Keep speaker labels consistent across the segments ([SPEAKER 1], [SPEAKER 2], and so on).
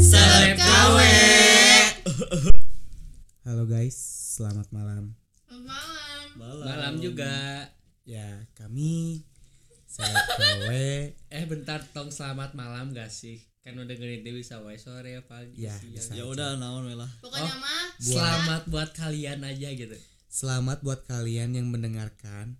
[SPEAKER 1] Seleb kawe.
[SPEAKER 2] Halo guys, selamat malam.
[SPEAKER 1] Malam.
[SPEAKER 3] Malam juga.
[SPEAKER 2] Ya, kami Seleb Kowe.
[SPEAKER 3] Eh bentar tong selamat malam gak sih? Kan udah dengerin Dewi Sawai sore ya pagi
[SPEAKER 2] Ya,
[SPEAKER 3] siang.
[SPEAKER 2] bisa.
[SPEAKER 4] ya udah naon we lah
[SPEAKER 2] Oh,
[SPEAKER 1] Pokoknya mah
[SPEAKER 3] Selamat buat kalian aja gitu.
[SPEAKER 2] Selamat buat kalian yang mendengarkan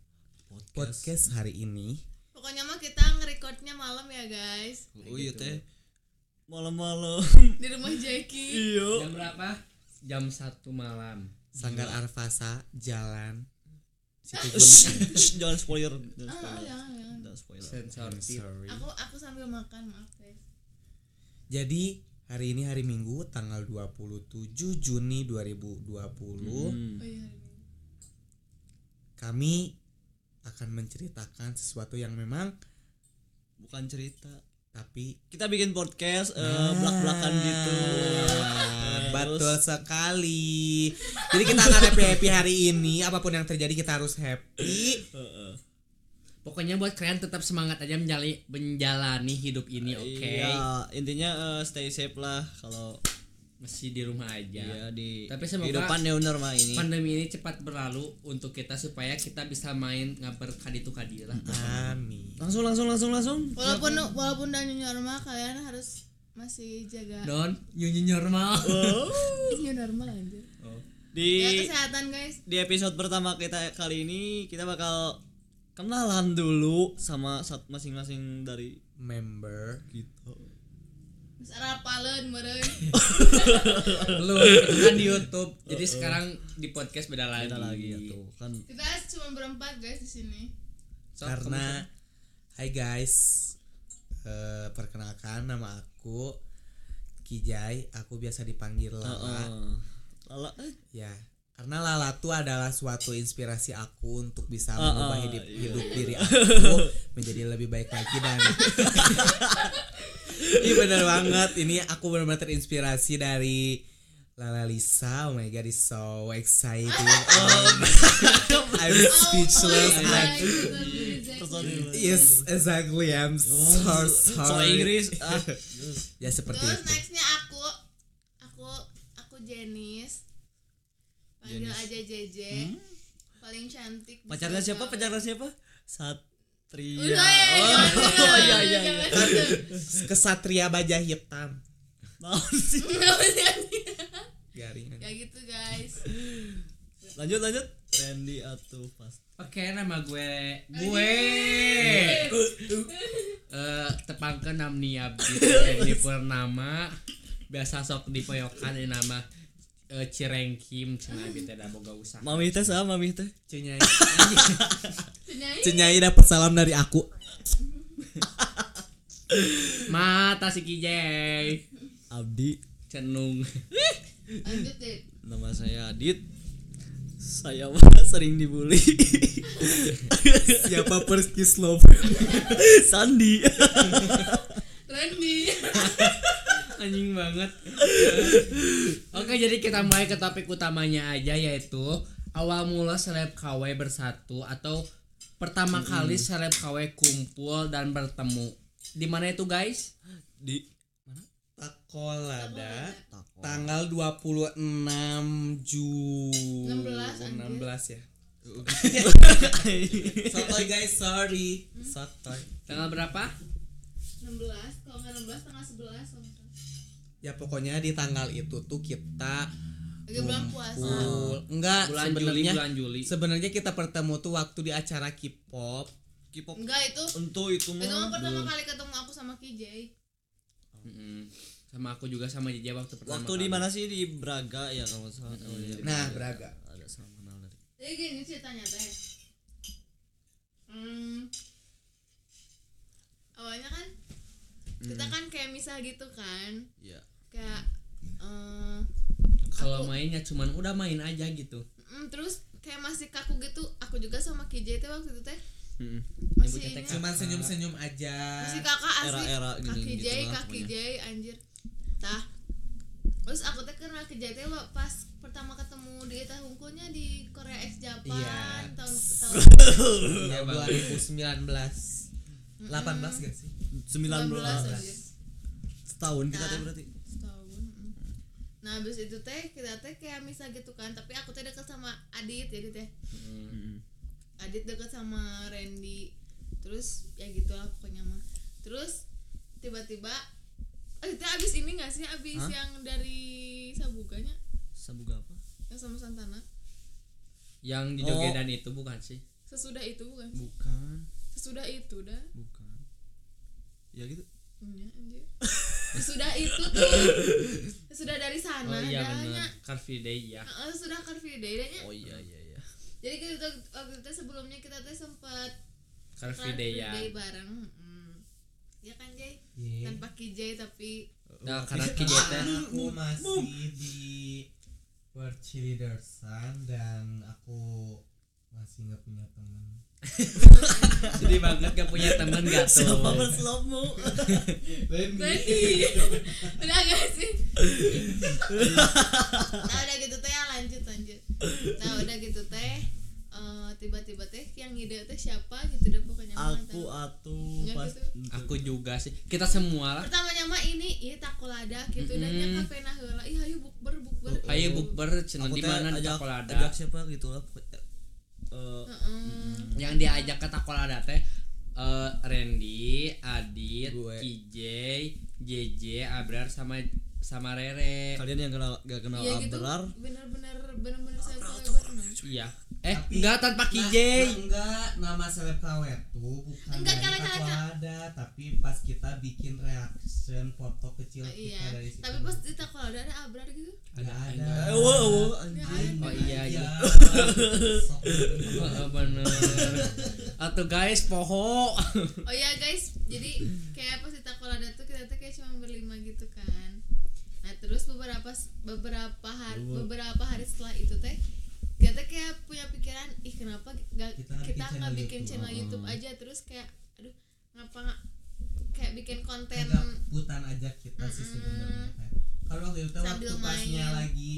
[SPEAKER 4] podcast
[SPEAKER 2] podcast hari ini.
[SPEAKER 1] pokoknya mah kita ngerekordnya malam ya guys
[SPEAKER 4] oh iya teh malam-malam Iya.
[SPEAKER 1] di rumah Jackie.
[SPEAKER 4] iyo
[SPEAKER 3] Jam berapa? Jam satu malam.
[SPEAKER 2] Sanggar Arfasa Jalan Situ Gun-
[SPEAKER 4] Shh, jangan spoiler jangan
[SPEAKER 1] Iya. Ah,
[SPEAKER 4] spoiler
[SPEAKER 1] jangan, jangan.
[SPEAKER 4] jangan spoiler
[SPEAKER 3] Sensor
[SPEAKER 2] I'm
[SPEAKER 3] tip.
[SPEAKER 2] sorry.
[SPEAKER 1] Aku aku sambil makan maaf guys.
[SPEAKER 2] Jadi hari ini hari Minggu tanggal 27 Juni
[SPEAKER 4] Hmm.
[SPEAKER 2] 2020
[SPEAKER 1] Oh iya. hari Minggu.
[SPEAKER 2] kami akan menceritakan sesuatu yang memang
[SPEAKER 4] bukan cerita
[SPEAKER 2] tapi
[SPEAKER 4] kita bikin podcast eh, belak-belakan gitu
[SPEAKER 2] Ah, Betul sekali. Jadi kita akan happy happy hari ini. Apapun yang terjadi kita harus happy.
[SPEAKER 4] Heeh.
[SPEAKER 3] Pokoknya buat kalian tetap semangat aja menjali- menjalani hidup ini, oke?
[SPEAKER 4] Iya, intinya eh, stay safe lah kalau
[SPEAKER 3] Masih di rumah aja.
[SPEAKER 4] ya di
[SPEAKER 3] Tapi semoga-
[SPEAKER 4] kehidupan new normal ini
[SPEAKER 3] Pandemi ini cepat berlalu untuk kita supaya kita bisa main ngabar kaditu kadi lah.
[SPEAKER 2] Amin.
[SPEAKER 4] langsung langsung langsung langsung
[SPEAKER 1] Walaupun walaupun udah new normal kalian harus masih jaga
[SPEAKER 3] Don, nyunyi normal.
[SPEAKER 1] new normal anjir. Ya
[SPEAKER 4] di
[SPEAKER 1] kesehatan guys.
[SPEAKER 4] di episode pertama kita kali ini kita bakal kenalan dulu sama sat- masing-masing dari
[SPEAKER 2] Member
[SPEAKER 4] gitu
[SPEAKER 1] Sarapalen meureun.
[SPEAKER 3] Lu kan di YouTube. Jadi sekarang di podcast beda lagi.
[SPEAKER 4] kita lagi ya tuh kan
[SPEAKER 1] Kita cuma berempat guys di sini.
[SPEAKER 3] So,
[SPEAKER 2] karena Hai guys. Eh, perkenalkan nama aku Kijai. Aku biasa dipanggil Lala.
[SPEAKER 4] Heeh. eh, Lala eh,
[SPEAKER 2] Ya. Karena Lala tuh adalah suatu inspirasi aku untuk bisa
[SPEAKER 4] Ah,
[SPEAKER 2] mengubah
[SPEAKER 4] ah,
[SPEAKER 2] hidup,
[SPEAKER 4] iya.
[SPEAKER 2] hidup diri aku menjadi lebih baik lagi dan Iya bener banget ini aku benar-benar terinspirasi dari Lala Lisa oh my god it's so exciting
[SPEAKER 4] Oh,
[SPEAKER 2] Um, I'm speechless
[SPEAKER 1] Oh my
[SPEAKER 2] I'm-
[SPEAKER 1] God, Jackie.
[SPEAKER 2] yes exactly I'm so
[SPEAKER 4] Oh, so Nah,
[SPEAKER 2] sorry
[SPEAKER 4] Inggris ah.
[SPEAKER 2] ya seperti
[SPEAKER 1] Terus
[SPEAKER 2] itu
[SPEAKER 1] nextnya aku aku aku Jenis panggil
[SPEAKER 4] Jenis.
[SPEAKER 1] aja JJ paling cantik di
[SPEAKER 4] pacarnya siapa
[SPEAKER 1] Surabaya.
[SPEAKER 4] pacarnya siapa Satria
[SPEAKER 1] Udah ya, jangan, jangan, jangan, jangan.
[SPEAKER 2] kesatria baja hitam
[SPEAKER 4] Naon sih?
[SPEAKER 2] garingan
[SPEAKER 1] ya iya, gitu guys
[SPEAKER 4] lanjut lanjut Randy atau pas
[SPEAKER 3] Oke, nama gue gue eh tepangkeun namni abdi ya, di purnama biasa sok dipoyokan di nama eh, Cirengkim cenah abdi teh da boga usah.
[SPEAKER 4] mami teh sama mami teh
[SPEAKER 3] Cenah
[SPEAKER 1] Penyanyi.
[SPEAKER 2] Cenyai dapat salam dari aku
[SPEAKER 3] mata si Kijay
[SPEAKER 4] Abdi
[SPEAKER 3] cenung.
[SPEAKER 1] lanjut deh
[SPEAKER 4] nama saya Adit saya mah sering dibully
[SPEAKER 2] siapa perskis love
[SPEAKER 4] Sandi
[SPEAKER 1] Randy
[SPEAKER 3] Anjing banget. Eh, Oke, jadi kita mulai ke topik utamanya aja yaitu awal mula seleb KW bersatu atau pertama kali seleb KW kumpul dan bertemu. Di mana itu, guys?
[SPEAKER 4] di
[SPEAKER 2] Takolada
[SPEAKER 4] Takolada.
[SPEAKER 2] tanggal 26 Juni
[SPEAKER 1] 16, anjir.
[SPEAKER 2] 16 ya Sotoy guys sorry
[SPEAKER 1] Hmm?
[SPEAKER 2] Sotoy
[SPEAKER 3] Tanggal berapa?
[SPEAKER 1] 16 kalau nggak 16 tanggal 11 kalau nggak salah.
[SPEAKER 2] Ya pokoknya di tanggal itu tuh kita
[SPEAKER 1] lagi bulan puasa
[SPEAKER 2] full Enggak
[SPEAKER 3] Bulan Juli,
[SPEAKER 2] sebenarnya
[SPEAKER 3] bulan Juli.
[SPEAKER 2] Sebenarnya kita bertemu tuh waktu di acara K-pop
[SPEAKER 4] K-pop
[SPEAKER 1] enggak itu
[SPEAKER 4] entu itu
[SPEAKER 1] itu
[SPEAKER 4] mah
[SPEAKER 1] mah pertama kali ketemu aku sama KJ
[SPEAKER 3] Mm-mm. Sama aku juga sama Jeja waktu pertama.
[SPEAKER 4] waktu
[SPEAKER 3] kali.
[SPEAKER 4] di mana sih di Braga ya kalau nggak salah Oh, iya.
[SPEAKER 2] Nah Braga
[SPEAKER 4] ada sama kenal dari
[SPEAKER 1] jadi gini ceritanya teh hmm, awalnya kan kita kan kayak misah gitu kan
[SPEAKER 4] ya
[SPEAKER 1] kayak eh,
[SPEAKER 3] Kalau mainnya cuman udah main aja gitu.
[SPEAKER 1] mm, terus kayak masih kaku gitu aku juga sama KJ teh waktu itu teh
[SPEAKER 3] Nyebutnya
[SPEAKER 1] masih
[SPEAKER 3] teh
[SPEAKER 1] ingat.
[SPEAKER 3] kakak.
[SPEAKER 2] Cuman senyum-senyum aja
[SPEAKER 1] Iya. masih kakak asli
[SPEAKER 4] Era-era gini
[SPEAKER 1] kaki
[SPEAKER 4] gitu
[SPEAKER 1] jai
[SPEAKER 4] lah
[SPEAKER 1] kaki
[SPEAKER 4] pokoknya.
[SPEAKER 1] jai anjir tah terus aku teh kenal KJ teh wa- pas pertama ketemu di teh hungkulnya di Korea X Japan
[SPEAKER 2] Iya.
[SPEAKER 1] tahun tahun
[SPEAKER 2] Iya,
[SPEAKER 3] Bang.
[SPEAKER 2] 2019
[SPEAKER 1] Hmm.
[SPEAKER 2] 18 gak sih?
[SPEAKER 4] 19
[SPEAKER 1] 19 anjir.
[SPEAKER 4] setahun kita teh
[SPEAKER 1] Tah.
[SPEAKER 4] berarti
[SPEAKER 1] setahun mm. nah habis itu teh kita teh kayak misal gitu kan tapi aku teh deket sama Adit jadi teh Adit deket sama Randy terus ya gitulah pokoknya mah terus tiba-tiba oh itu abis ini nggak sih abis
[SPEAKER 4] Hah?
[SPEAKER 1] yang dari sabuganya
[SPEAKER 4] sabuga apa
[SPEAKER 1] yang sama Santana
[SPEAKER 3] yang di
[SPEAKER 4] Oh.
[SPEAKER 3] Jogedan itu bukan sih
[SPEAKER 1] sesudah itu bukan sih?
[SPEAKER 4] bukan
[SPEAKER 1] sesudah itu dah
[SPEAKER 4] bukan ya gitu
[SPEAKER 1] Iya, anjir. sesudah itu tuh sesudah dari sana
[SPEAKER 3] oh iya
[SPEAKER 1] dah, nya.
[SPEAKER 3] benar Car Free Day ya
[SPEAKER 1] Heeh, sudah car free day dah, nya.
[SPEAKER 4] oh iya iya iya
[SPEAKER 1] jadi kita waktu itu sebelumnya kita tuh sempat
[SPEAKER 3] Car Free Day ya
[SPEAKER 1] bareng mm. ya kan Jay
[SPEAKER 2] Iya.
[SPEAKER 1] tanpa KJ tapi
[SPEAKER 3] nah karena kita teh
[SPEAKER 2] aku masih di World Cheerleadersan dan aku masih nggak punya teman.
[SPEAKER 3] sedih banget gak punya teman gak tuh
[SPEAKER 4] siapa berselopmu
[SPEAKER 1] Randy udah gak sih nah udah gitu teh ya, lanjut lanjut nah udah gitu teh eh, tiba-tiba teh yang ngide teh siapa gitu deh pokoknya mah,
[SPEAKER 4] aku
[SPEAKER 1] tah.
[SPEAKER 4] atuh
[SPEAKER 1] Nggak
[SPEAKER 4] pas
[SPEAKER 1] gitu.
[SPEAKER 3] aku juga sih kita semua lah
[SPEAKER 1] pertamanya mah ini iya takolada gitu dan nya
[SPEAKER 3] Mm-mm.
[SPEAKER 1] kafe naheula ih ayo bukber bukber
[SPEAKER 4] Oh, oh.
[SPEAKER 3] ayo bukber cenah
[SPEAKER 4] aku
[SPEAKER 3] di
[SPEAKER 4] teh
[SPEAKER 3] mana di
[SPEAKER 4] ajak
[SPEAKER 3] Takolada
[SPEAKER 4] ajak siapa gitu lah pokoknya. Eh,
[SPEAKER 1] Heeh.
[SPEAKER 3] yang diajak ke Takolada teh eh, Randy, Adit,
[SPEAKER 2] Gue.
[SPEAKER 3] KJ, JJ, Abrar sama sama Rere.
[SPEAKER 4] kalian yang kenal gak kenal
[SPEAKER 1] iya gitu
[SPEAKER 4] Abrar
[SPEAKER 1] bener-bener bener-bener gitu. saya kelewat
[SPEAKER 3] Iya. Eh,
[SPEAKER 2] Tapi-
[SPEAKER 3] enggak tanpa KJ.
[SPEAKER 2] Nah, enggak nama seleb KW tuh bukan
[SPEAKER 1] Enggak,
[SPEAKER 2] dari
[SPEAKER 1] kala- kala- kala.
[SPEAKER 2] Takwada, tapi pas kita bikin reaction foto kecil
[SPEAKER 1] Nah,
[SPEAKER 2] kita
[SPEAKER 1] iya
[SPEAKER 2] dari situ.
[SPEAKER 1] tapi pas di takolada ada abrar gitu
[SPEAKER 2] ada ada. Iya,
[SPEAKER 3] Enggak.
[SPEAKER 4] eh wow wow
[SPEAKER 1] Enggak.
[SPEAKER 4] anjing
[SPEAKER 3] Oh, iya, iya.
[SPEAKER 2] Sok.
[SPEAKER 3] Heeh, bener. Atau guys, poho.
[SPEAKER 1] Oh ya guys, jadi kayak pas di Takolada tuh kita tuh kayak cuma berlima gitu kan. Nah terus beberapa beberapa hari beberapa hari setelah itu teh kita tuh kayak punya pikiran ih kenapa gak,
[SPEAKER 2] Kita bikin
[SPEAKER 1] kita nggak
[SPEAKER 2] channel
[SPEAKER 1] bikin
[SPEAKER 2] YouTube."
[SPEAKER 1] channel
[SPEAKER 2] Ah.
[SPEAKER 1] YouTube aja terus kayak aduh ngapa nggak kayak bikin konten
[SPEAKER 2] Agak putan aja kita sih
[SPEAKER 1] Mm-mm.
[SPEAKER 2] sebenarnya. teh. Kalau waktu itu teh
[SPEAKER 1] Sambil
[SPEAKER 2] waktu pasnya
[SPEAKER 1] main.
[SPEAKER 2] lagi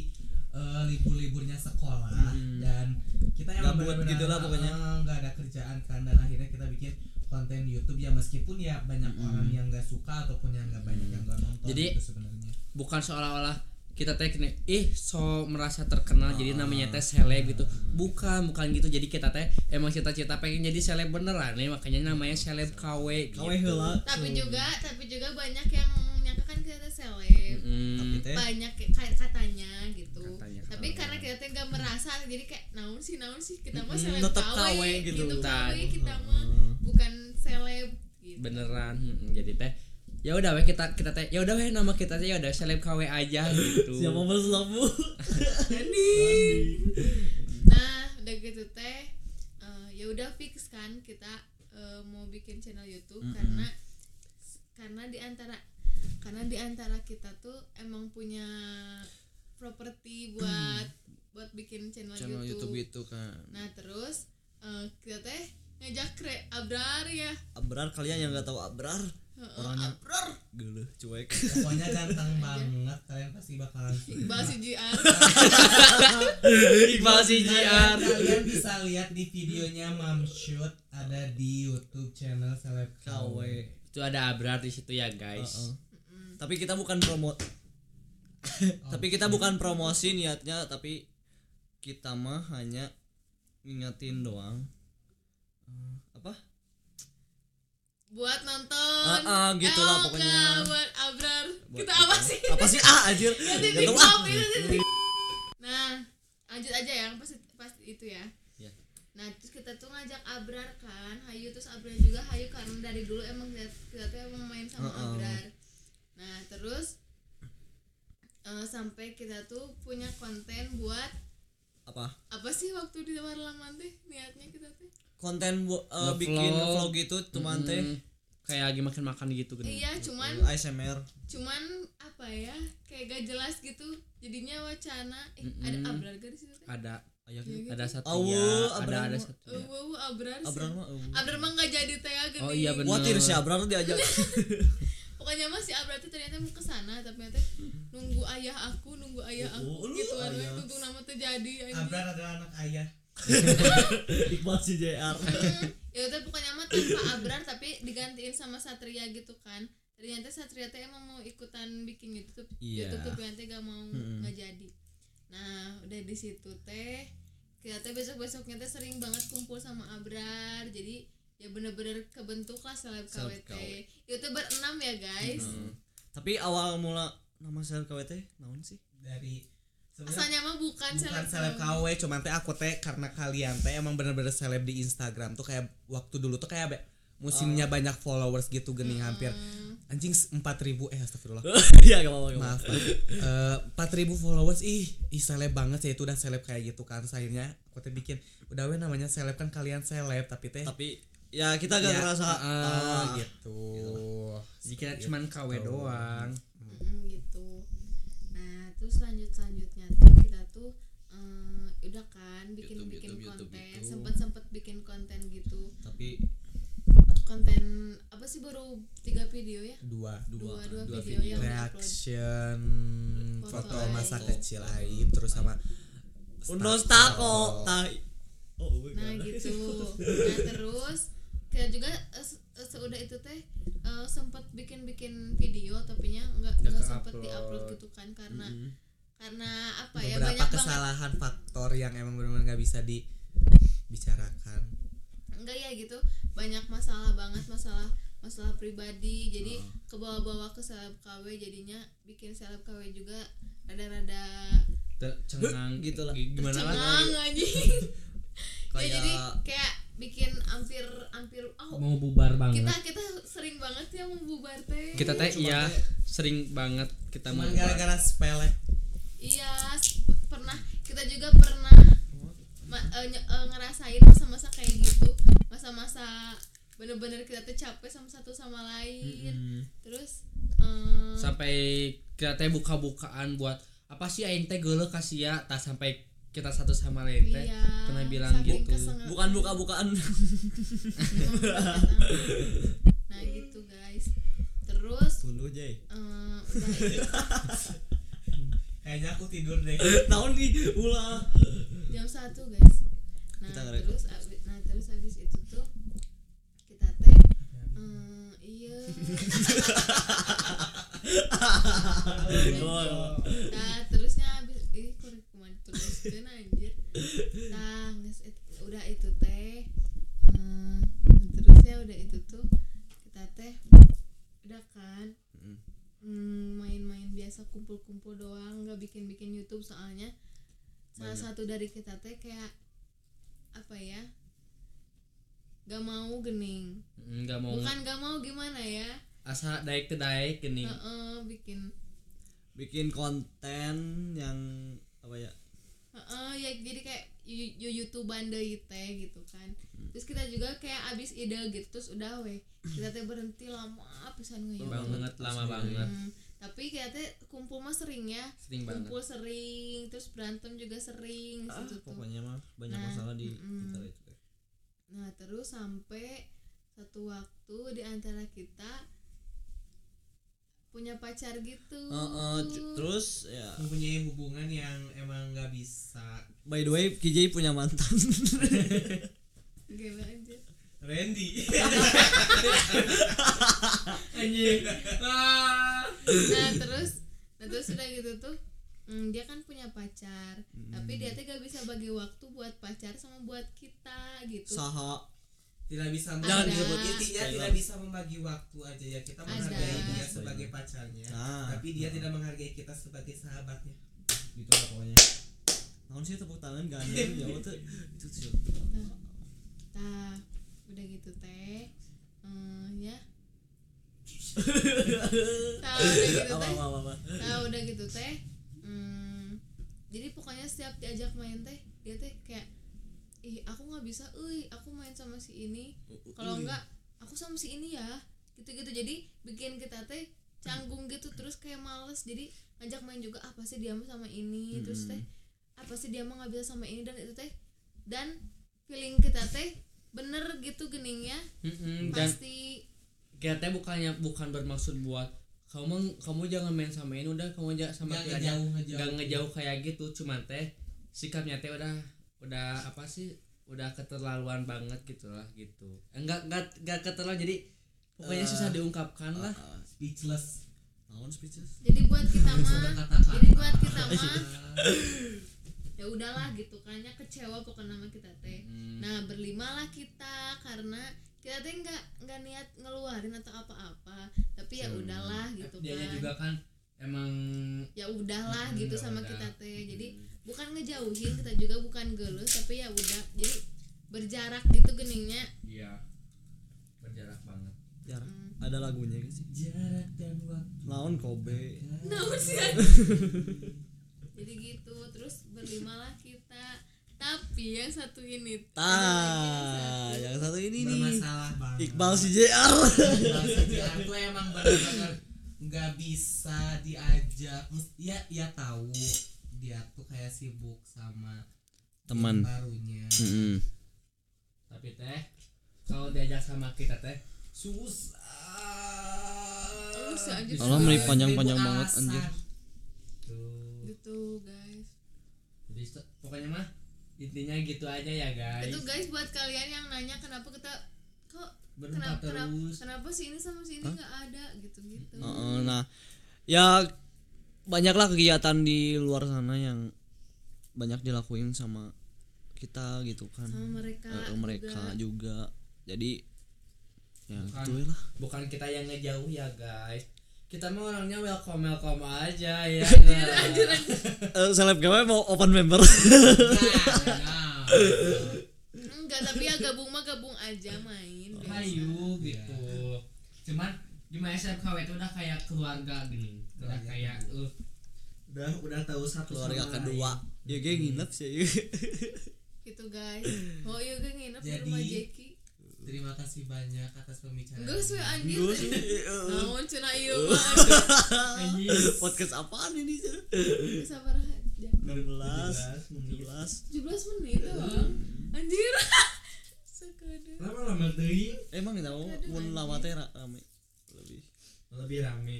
[SPEAKER 2] eh, libur-liburnya sekolah
[SPEAKER 3] Mm.
[SPEAKER 2] dan kita emang
[SPEAKER 4] Gabut
[SPEAKER 2] benar-benar,
[SPEAKER 4] gitu lah pokoknya.
[SPEAKER 2] eh, nggak ada kerjaan kan dan akhirnya kita bikin konten YouTube ya meskipun ya banyak orang yang nggak suka ataupun yang nggak banyak yang nggak nonton
[SPEAKER 3] Jadi-
[SPEAKER 2] gitu sebenarnya.
[SPEAKER 3] Bukan seolah-olah kita teh kena, ih so merasa terkenal jadi namanya teh seleb gitu bukan bukan gitu jadi kita teh emang cita-cita pengen jadi seleb beneran nih makanya namanya seleb KW gitu.
[SPEAKER 4] kawe heula
[SPEAKER 1] tapi juga tapi juga banyak yang nyangka kan kita tuh seleb
[SPEAKER 3] Mm.
[SPEAKER 4] tapi teh
[SPEAKER 1] banyak kayak- kayak katanya gitu
[SPEAKER 3] Katanya,
[SPEAKER 1] tapi karena kita tuh nggak merasa jadi kayak naon sih naon sih kita mah
[SPEAKER 4] Mm,
[SPEAKER 1] seleb
[SPEAKER 4] tetep
[SPEAKER 1] KW,
[SPEAKER 4] KW gitu.
[SPEAKER 1] KW,
[SPEAKER 3] Tan.
[SPEAKER 1] kita mah bukan seleb gitu.
[SPEAKER 3] beneran mm, jadi teh ya udah weh kita kita teh ya udah weh nama kita teh ya udah seleb KW aja gitu
[SPEAKER 4] siapa berselopmu
[SPEAKER 1] nah udah gitu teh eh, ya udah fix kan kita eh, mau bikin channel YouTube karena karena di antara karena di antara kita tuh emang punya properti buat buat bikin channel, YouTube.
[SPEAKER 4] itu kan
[SPEAKER 1] Nah terus eh, kita teh ngajak kre Abrar ya.
[SPEAKER 4] Abrar kalian yang nggak tahu Abrar
[SPEAKER 1] Heeh,
[SPEAKER 4] orangnya
[SPEAKER 1] Abrar.
[SPEAKER 4] geuleuh cuek
[SPEAKER 2] Pokoknya ganteng banget kalian pasti bakalan suka.
[SPEAKER 4] Iya.
[SPEAKER 1] Iqbal CGR.
[SPEAKER 3] Iqbal CGR
[SPEAKER 4] kan?
[SPEAKER 2] Kalian, kalian bisa lihat di videonya Mom Shoot ada di YouTube channel Seleb KW.
[SPEAKER 4] kawe
[SPEAKER 3] itu ada Abrar di situ ya guys
[SPEAKER 4] Heeh. Tapi kita bukan promo Tapi kita bukan promosi niatnya tapi kita mah hanya ngingetin doang. Eh, apa?
[SPEAKER 1] buat nonton.
[SPEAKER 4] Ah, ah, gitu lah
[SPEAKER 1] Eh,
[SPEAKER 4] pokoknya.
[SPEAKER 1] enggak, buat Abrar.
[SPEAKER 4] Buat
[SPEAKER 1] kita apa sih? ya.
[SPEAKER 4] Apa sih ah anjir?
[SPEAKER 1] Titik
[SPEAKER 4] Gak tahu, ah.
[SPEAKER 1] bom, itu titik. Nah, lanjut aja ya pas pas itu ya.
[SPEAKER 3] Iya.
[SPEAKER 1] Nah, terus kita tuh ngajak Abrar kan, Hayu terus Abrar juga Hayu karena dari dulu emang kita, kita tuh emang main sama
[SPEAKER 4] Heeh.
[SPEAKER 1] Abrar. Nah, terus eh, sampai kita tuh punya konten buat
[SPEAKER 4] Apa?
[SPEAKER 1] apa sih waktu di warlaman teh niatnya kita teh?
[SPEAKER 4] Konten bu- eh,
[SPEAKER 3] Ngevlog.
[SPEAKER 4] bikin vlog itu cuman teh
[SPEAKER 3] Mm, kayak lagi makan-makan gitu kan
[SPEAKER 1] Iya, cuman
[SPEAKER 4] ASMR.
[SPEAKER 1] cuman apa ya? Kayak gak jelas gitu. Jadinya wacana eh ada
[SPEAKER 3] Mm-mm.
[SPEAKER 1] Abrar gak di situ
[SPEAKER 4] Ah,
[SPEAKER 1] teh?
[SPEAKER 3] ada
[SPEAKER 1] Iya,
[SPEAKER 4] Ayo
[SPEAKER 1] gitu.
[SPEAKER 3] ada satu
[SPEAKER 4] Awu,
[SPEAKER 3] ya, ada
[SPEAKER 4] Abrar
[SPEAKER 3] ada
[SPEAKER 4] mah.
[SPEAKER 3] satu ya.
[SPEAKER 1] Oh, wow, Abrar. sih.
[SPEAKER 4] iya. Abrar mah. eh.
[SPEAKER 1] Abrar mah gak jadi teh ya,
[SPEAKER 3] oh
[SPEAKER 1] geuning.
[SPEAKER 3] iya benar
[SPEAKER 4] Wah, tir si Abrar tuh diajak.
[SPEAKER 1] pokoknya mas si Abra tuh ternyata mau kesana tapi ternyata nunggu ayah aku nunggu ayah aku
[SPEAKER 4] Oh, lu
[SPEAKER 1] gitu kan
[SPEAKER 4] ayah.
[SPEAKER 1] nunggu nama terjadi
[SPEAKER 2] Abrar adalah anak ayah.
[SPEAKER 4] Iqbal si JR.
[SPEAKER 1] ya udah pokoknya mah tanpa Abrar tapi digantiin sama Satria gitu kan ternyata Satria teh emang mau ikutan bikin YouTube
[SPEAKER 2] Iya.
[SPEAKER 1] YouTube tapi nanti gak mau nggak jadi nah udah di situ teh kita teh besok besoknya teh sering banget kumpul sama Abrar jadi ya bener-bener kebentuk lah seleb
[SPEAKER 4] Seleb
[SPEAKER 1] KWT itu teh berenam ya guys
[SPEAKER 4] Heeh. tapi awal mula nama saya KWT naon sih
[SPEAKER 2] dari sebenarnya
[SPEAKER 1] asalnya mah bukan,
[SPEAKER 2] bukan seleb
[SPEAKER 1] KWT.
[SPEAKER 2] KW cuman teh aku teh karena kalian teh emang bener-bener seleb di Instagram tuh kayak waktu dulu tuh kayak be- musimnya banyak followers gitu gini hampir anjing 4000 eh astagfirullah
[SPEAKER 4] ya gak apa-apa gak apa-apa.
[SPEAKER 2] maaf Eh, empat ribu followers ih ih seleb banget ya itu udah seleb kayak gitu kan akhirnya aku teh bikin udah we namanya seleb kan kalian seleb tapi teh
[SPEAKER 4] tapi ya kita gak
[SPEAKER 2] ya,
[SPEAKER 4] ngerasa
[SPEAKER 2] eh,
[SPEAKER 4] ah,
[SPEAKER 2] gitu
[SPEAKER 3] Jadi kita cuman KW
[SPEAKER 4] Gitu.
[SPEAKER 3] doang.
[SPEAKER 1] Mm, gitu nah terus lanjut selanjutnya tuh kita tuh eh, udah kan bikin
[SPEAKER 4] YouTube,
[SPEAKER 1] bikin
[SPEAKER 4] YouTube, YouTube,
[SPEAKER 1] konten
[SPEAKER 4] YouTube.
[SPEAKER 1] sempet sempet bikin konten gitu
[SPEAKER 4] tapi
[SPEAKER 1] konten apa sih baru tiga video ya
[SPEAKER 2] dua
[SPEAKER 1] dua dua,
[SPEAKER 4] dua
[SPEAKER 1] video,
[SPEAKER 4] video.
[SPEAKER 1] yang diupload
[SPEAKER 2] reaction
[SPEAKER 1] Foto
[SPEAKER 2] foto Oh,
[SPEAKER 1] aib.
[SPEAKER 2] masa kecil aib terus sama
[SPEAKER 4] gitu. unos tako tai oh,
[SPEAKER 1] nah gitu nah terus kita juga eh, se- eh, seudah itu teh eh, sempet bikin bikin video tapinya nggak
[SPEAKER 3] Nggak
[SPEAKER 1] nggak sempet
[SPEAKER 3] ke-upload.
[SPEAKER 1] diupload gitu kan karena karena apa ya
[SPEAKER 2] beberapa
[SPEAKER 1] banyak banget
[SPEAKER 2] kesalahan faktor yang emang benar-benar nggak bisa dibicarakan
[SPEAKER 1] enggak ya gitu banyak masalah banget masalah masalah pribadi jadi
[SPEAKER 3] Hmm.
[SPEAKER 1] kebawa-bawa ke seleb KW jadinya bikin seleb KW juga rada-rada
[SPEAKER 3] Te- Cengang
[SPEAKER 4] Gitu lah.
[SPEAKER 3] Gimana kan? lah?
[SPEAKER 1] cengang anjing ya
[SPEAKER 4] Kayak-
[SPEAKER 1] jadi kayak bikin hampir hampir oh
[SPEAKER 3] Mau bubar banget.
[SPEAKER 1] kita kita sering banget ya membubar teh
[SPEAKER 3] Kita teh
[SPEAKER 2] Cuma
[SPEAKER 3] iya
[SPEAKER 2] teh-
[SPEAKER 3] sering banget kita mau
[SPEAKER 2] cuman
[SPEAKER 3] bubar.
[SPEAKER 2] gara-gara sepele
[SPEAKER 1] iya s- pernah kita juga pernah ma- eh, nye- eh, ngerasain masa-masa kayak gitu masa-masa bener-bener kita tuh capek sama satu sama lain terus eh,
[SPEAKER 3] Sampai kita teh buka-bukaan buat apa sih aing teh geuleuh kasih ya tak sampai kita satu sama lain teh
[SPEAKER 1] Iya,
[SPEAKER 3] pernah bilang
[SPEAKER 1] saking
[SPEAKER 3] gitu.
[SPEAKER 1] kesengel-
[SPEAKER 4] bukan buka-bukaan
[SPEAKER 1] nah gitu guys terus
[SPEAKER 4] tunduk jay
[SPEAKER 1] eh, udah itu,
[SPEAKER 2] kayaknya aku tidur deh
[SPEAKER 4] naon di ulah
[SPEAKER 1] jam satu guys nah
[SPEAKER 4] Kita ngerekam.
[SPEAKER 1] terus abis, nah terus habis itu tuh kita teh eh, iya nah terusnya habis ih korek kemana terus kan, anjir nah geus et- udah itu teh eh, terusnya udah itu tuh kita teh udah kan Hmm, main-main biasa kumpul-kumpul doang nggak bikin-bikin YouTube soalnya salah satu dari kita teh kayak apa ya gak mau gening
[SPEAKER 3] Enggak Mm, mau
[SPEAKER 1] bukan gak mau gimana ya
[SPEAKER 3] asa daek teh
[SPEAKER 4] Iya.
[SPEAKER 3] daek gini.
[SPEAKER 1] Heeh, bikin
[SPEAKER 4] bikin konten yang apa ya
[SPEAKER 1] Heeh, ya jadi kayak you youtuber deui teh gitu kan
[SPEAKER 4] Hmm.
[SPEAKER 1] terus kita juga kayak abis ide gitu terus udah weh kita teh berhenti lama pisan nge
[SPEAKER 3] Banget, lama banget.
[SPEAKER 1] tapi kita teh kumpul mah sering ya
[SPEAKER 3] Sering banget.
[SPEAKER 1] kumpul sering terus berantem juga sering
[SPEAKER 4] ah,
[SPEAKER 1] situ tuh.
[SPEAKER 4] pokoknya mah banyak
[SPEAKER 1] Nah,
[SPEAKER 4] masalah di
[SPEAKER 1] mm-mm.
[SPEAKER 4] kita itu
[SPEAKER 1] Nah terus sampai satu waktu di antara kita punya pacar gitu.
[SPEAKER 4] Eh, eh, cu- terus ya
[SPEAKER 2] mempunyai hubungan yang emang nggak bisa
[SPEAKER 4] by the way KJ punya mantan
[SPEAKER 1] Gila aja.
[SPEAKER 2] Randy
[SPEAKER 3] Anjing. Ah.
[SPEAKER 1] Nah terus, nah terus udah gitu tuh. mm, dia kan punya pacar, tapi dia teh gak bisa bagi waktu buat pacar sama buat kita gitu.
[SPEAKER 4] saha
[SPEAKER 2] tidak bisa
[SPEAKER 1] Jangan
[SPEAKER 2] membagi-
[SPEAKER 1] disebut.
[SPEAKER 2] intinya
[SPEAKER 4] Tolong.
[SPEAKER 2] tidak bisa membagi waktu aja ya kita menghargai
[SPEAKER 1] Ada.
[SPEAKER 2] dia sebagai pacarnya
[SPEAKER 4] Nah.
[SPEAKER 2] tapi dia tidak menghargai kita sebagai sahabatnya
[SPEAKER 4] gitu lah pokoknya naon sih tepuk tangan gandeng jauh tuh itu sih
[SPEAKER 1] Nah udah gitu teh, mm, ya. Nah udah gitu
[SPEAKER 4] apa
[SPEAKER 1] teh,
[SPEAKER 4] apa apa
[SPEAKER 1] Nah udah gitu teh hmm, Jadi pokoknya setiap diajak main teh Dia teh kayak Ih aku gak bisa Uy aku main sama si ini
[SPEAKER 4] Iya.
[SPEAKER 1] Kalau enggak aku sama si ini ya Gitu-gitu jadi bikin kita teh canggung gitu Terus kayak males Jadi ngajak main juga apa sih dia mah sama ini Terus teh apa sih dia mah gak bisa sama ini Dan itu teh Dan feeling kita teh bener gitu geningnya
[SPEAKER 3] Mm-mm, Dan
[SPEAKER 1] Pasti
[SPEAKER 3] kita teh bukannya bukan bermaksud buat kamu kamu jangan main sama ini udah kamu jangan sama
[SPEAKER 2] Nggak
[SPEAKER 3] kita aja."
[SPEAKER 2] ngejauh, ngejauh.
[SPEAKER 3] nggak ngejauh kayak gitu cuman teh sikapnya teh udah udah apa sih udah keterlaluan banget gitulah gitu enggak enggak enggak keterlaluan jadi pokoknya
[SPEAKER 2] Eh.
[SPEAKER 3] susah diungkapkan lah
[SPEAKER 2] speechless
[SPEAKER 4] Ah, Naon speeches?
[SPEAKER 1] jadi buat kita mah
[SPEAKER 2] kata-kata.
[SPEAKER 1] jadi buat kita mah ya udahlah gitu kan ya kecewa pokoknya nama kita teh
[SPEAKER 3] Hmm.
[SPEAKER 1] nah berlima lah kita karena kita teh nggak nggak niat ngeluarin atau apa-apa tapi ya udahlah gitu kan
[SPEAKER 3] dianya Hmm. juga kan emang
[SPEAKER 1] ya udahlah
[SPEAKER 3] Hmm,
[SPEAKER 1] gitu
[SPEAKER 3] ya
[SPEAKER 1] sama
[SPEAKER 3] udah. Hmm.
[SPEAKER 1] kita teh jadi bukan ngejauhin kita juga bukan gelus tapi ya udah jadi berjarak gitu geningnya
[SPEAKER 3] iya berjarak banget
[SPEAKER 4] Jarak.
[SPEAKER 1] Mm.
[SPEAKER 4] Ada lagunya gak sih?
[SPEAKER 2] jarak dan waktu
[SPEAKER 4] Naon Kobe.
[SPEAKER 1] namun sih jadi gitu terus berlima lah kita tapi yang satu ini tuh,
[SPEAKER 4] Ah, Tah,
[SPEAKER 1] ada lagi yang satu.
[SPEAKER 4] Nah, yang satu ini nih.
[SPEAKER 2] bermasalah banget
[SPEAKER 4] Iqbal si JR.
[SPEAKER 2] Iqbal Sejarah tuh emang benar-benar nggak bisa diajak Mus- ya ya tahu dia tuh kayak sibuk sama
[SPEAKER 4] Teman.
[SPEAKER 2] barunya
[SPEAKER 4] Mm-mm.
[SPEAKER 3] tapi teh kalau diajak sama kita teh
[SPEAKER 1] Oh,
[SPEAKER 2] susah
[SPEAKER 1] susah aja
[SPEAKER 4] Allah
[SPEAKER 1] susah.
[SPEAKER 4] meri- panjang-panjang banget, anjir.
[SPEAKER 3] tuh
[SPEAKER 1] gitu guys
[SPEAKER 3] jadi se- pokoknya mah intinya gitu aja ya guys
[SPEAKER 1] itu guys buat kalian yang nanya kenapa kita kok
[SPEAKER 3] berempat
[SPEAKER 1] kenapa kenapa,
[SPEAKER 3] terus
[SPEAKER 1] kenapa sini sama sini nggak ada gitu gitu
[SPEAKER 4] Heeh, nah, ya banyaklah kegiatan di luar sana yang banyak dilakuin sama kita gitu kan.
[SPEAKER 1] sama mereka
[SPEAKER 4] Eh, mereka
[SPEAKER 1] juga.
[SPEAKER 4] juga. Jadi ya
[SPEAKER 3] Bukan.
[SPEAKER 4] gitu lah.
[SPEAKER 3] bukan kita yang ngejauh ya guys kita mah orangnya welcome welcome aja ya
[SPEAKER 1] Iya,
[SPEAKER 4] Eh, selebgram mau open member.
[SPEAKER 3] nah
[SPEAKER 1] enggak tapi ya gabung mah gabung aja main
[SPEAKER 3] Oh,
[SPEAKER 1] biasa.
[SPEAKER 3] kayu gitu
[SPEAKER 1] Iya.
[SPEAKER 3] cuman gimana SMKW itu udah kayak keluarga gini udah
[SPEAKER 2] Keluarga
[SPEAKER 3] kayak
[SPEAKER 1] gitu.
[SPEAKER 3] eh,
[SPEAKER 2] udah udah tahu satu
[SPEAKER 4] Keluarga
[SPEAKER 2] sama
[SPEAKER 4] kedua.
[SPEAKER 2] lain.
[SPEAKER 4] Ya kayak nginep sih.
[SPEAKER 1] gitu guys oh iya gue nginep di
[SPEAKER 2] Jadi-
[SPEAKER 1] rumah Jeki
[SPEAKER 2] terima kasih banyak atas pembicaraan
[SPEAKER 1] enggak sih anjir
[SPEAKER 4] Gue sih eh,
[SPEAKER 1] naon cina iya mah aduh, Oh,
[SPEAKER 3] anjing
[SPEAKER 4] podcast apaan ini? Cer?
[SPEAKER 1] kesabaran jam
[SPEAKER 4] 16, 17.
[SPEAKER 1] 17 menit doang
[SPEAKER 2] Hmm.
[SPEAKER 1] anjir sekadar
[SPEAKER 3] lama lama teuing
[SPEAKER 4] Emang tahu
[SPEAKER 1] Kadang
[SPEAKER 4] mun
[SPEAKER 1] anjing.
[SPEAKER 4] lama teh ra- rame lebih.
[SPEAKER 3] lebih rame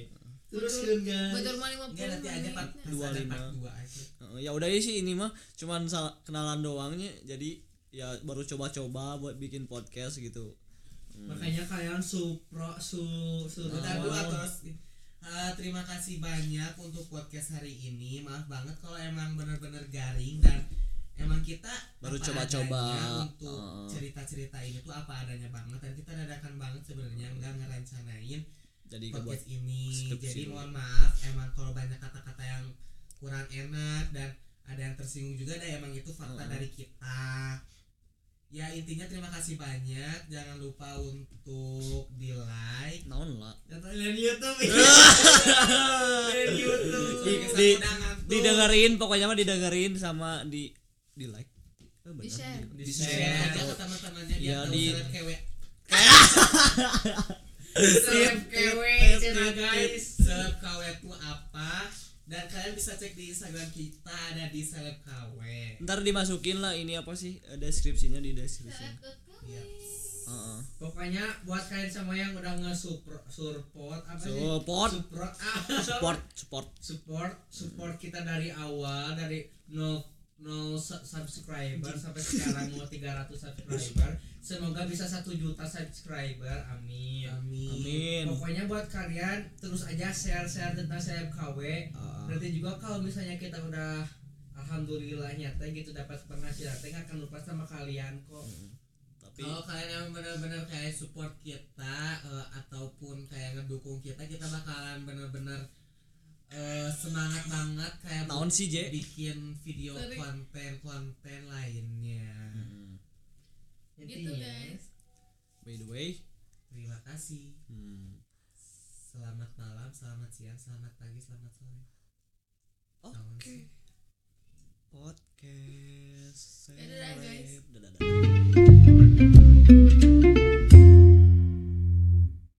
[SPEAKER 1] Betul.
[SPEAKER 3] teruskan guys
[SPEAKER 1] Bocor mah 50
[SPEAKER 2] Enggak Iya, nanti aja part
[SPEAKER 1] menit.
[SPEAKER 2] dua
[SPEAKER 4] lima.
[SPEAKER 2] dua aja.
[SPEAKER 4] Heeh, ya udah sih ini mah cuman sal- kenalan doangnya jadi ya baru coba-coba buat bikin podcast gitu
[SPEAKER 3] makanya kalian supro su su
[SPEAKER 4] Ah.
[SPEAKER 2] Bentar dulu atas. Eh, terima kasih banyak untuk podcast hari ini. Maaf banget kalau emang bener-bener garing dan emang kita
[SPEAKER 4] Baru
[SPEAKER 2] apa
[SPEAKER 4] coba-coba. Ah.
[SPEAKER 2] adanya untuk
[SPEAKER 4] Heeh.
[SPEAKER 2] cerita-cerita ini tuh apa adanya banget dan kita dadakan banget sebenarnya nggak ngerencanain
[SPEAKER 4] jadi buat
[SPEAKER 2] podcast ini.
[SPEAKER 4] skripsi
[SPEAKER 2] Jadi
[SPEAKER 4] dulu.
[SPEAKER 2] mohon maaf emang kalau banyak kata-kata yang kurang enak dan ada yang tersinggung juga ada emang itu fakta
[SPEAKER 4] Heeh.
[SPEAKER 2] dari kita. Ya intinya terima kasih banyak. Jangan lupa untuk di like
[SPEAKER 4] naon lah
[SPEAKER 3] Ya,
[SPEAKER 2] dan YouTube. dan YouTube.
[SPEAKER 4] Di- di- didengerin pokoknya mah didengerin sama di di like Eh, bener.
[SPEAKER 1] di share
[SPEAKER 3] di
[SPEAKER 2] di share
[SPEAKER 3] share
[SPEAKER 2] aja ke teman-temannya biar
[SPEAKER 4] Iya,
[SPEAKER 2] tahu
[SPEAKER 4] di-
[SPEAKER 2] seleb kewe.
[SPEAKER 3] Seleb
[SPEAKER 2] Seleb
[SPEAKER 3] kewe,
[SPEAKER 2] kewe
[SPEAKER 3] cina, guys.
[SPEAKER 2] guys. Seleb kewe itu apa? Dan kalian bisa cek di Instagram kita ada di seleb kewe.
[SPEAKER 4] ntar dimasukin lah ini apa sih eh, deskripsinya di deskripsi
[SPEAKER 2] Yes.
[SPEAKER 4] Heeh.
[SPEAKER 3] pokoknya buat kalian semua yang udah nge support apa sih
[SPEAKER 4] Support.
[SPEAKER 3] support ah,
[SPEAKER 4] support support
[SPEAKER 3] support support
[SPEAKER 2] Hmm.
[SPEAKER 3] kita dari awal dari no no su- subscriber sampai sekarang mau 300 subscriber semoga bisa satu juta subscriber amin
[SPEAKER 4] amin
[SPEAKER 3] pokoknya buat kalian terus aja share share tentang saya KW
[SPEAKER 4] Heeh.
[SPEAKER 3] nanti juga kalau misalnya kita udah alhamdulillahnya teh gitu dapat penghasilan teh nggak akan lupa sama kalian kok
[SPEAKER 4] tapi
[SPEAKER 2] Kalau kalian emang benar-benar kayak support kita eh, ataupun kayak ngedukung kita, kita bakalan benar-benar eh, semangat banget kayak
[SPEAKER 4] naon sih J
[SPEAKER 2] bikin video
[SPEAKER 1] Sorry.
[SPEAKER 2] konten-konten lainnya.
[SPEAKER 4] Hmm.
[SPEAKER 1] gitu
[SPEAKER 3] Intinya,
[SPEAKER 1] guys
[SPEAKER 4] by the way
[SPEAKER 2] Terima kasih.
[SPEAKER 4] hmm.
[SPEAKER 2] Selamat malam, selamat siang, selamat pagi, selamat sore.
[SPEAKER 4] oke
[SPEAKER 2] Naon sih?
[SPEAKER 4] podcast
[SPEAKER 1] Dadah, guys.
[SPEAKER 4] seleb. Dadah, dadah.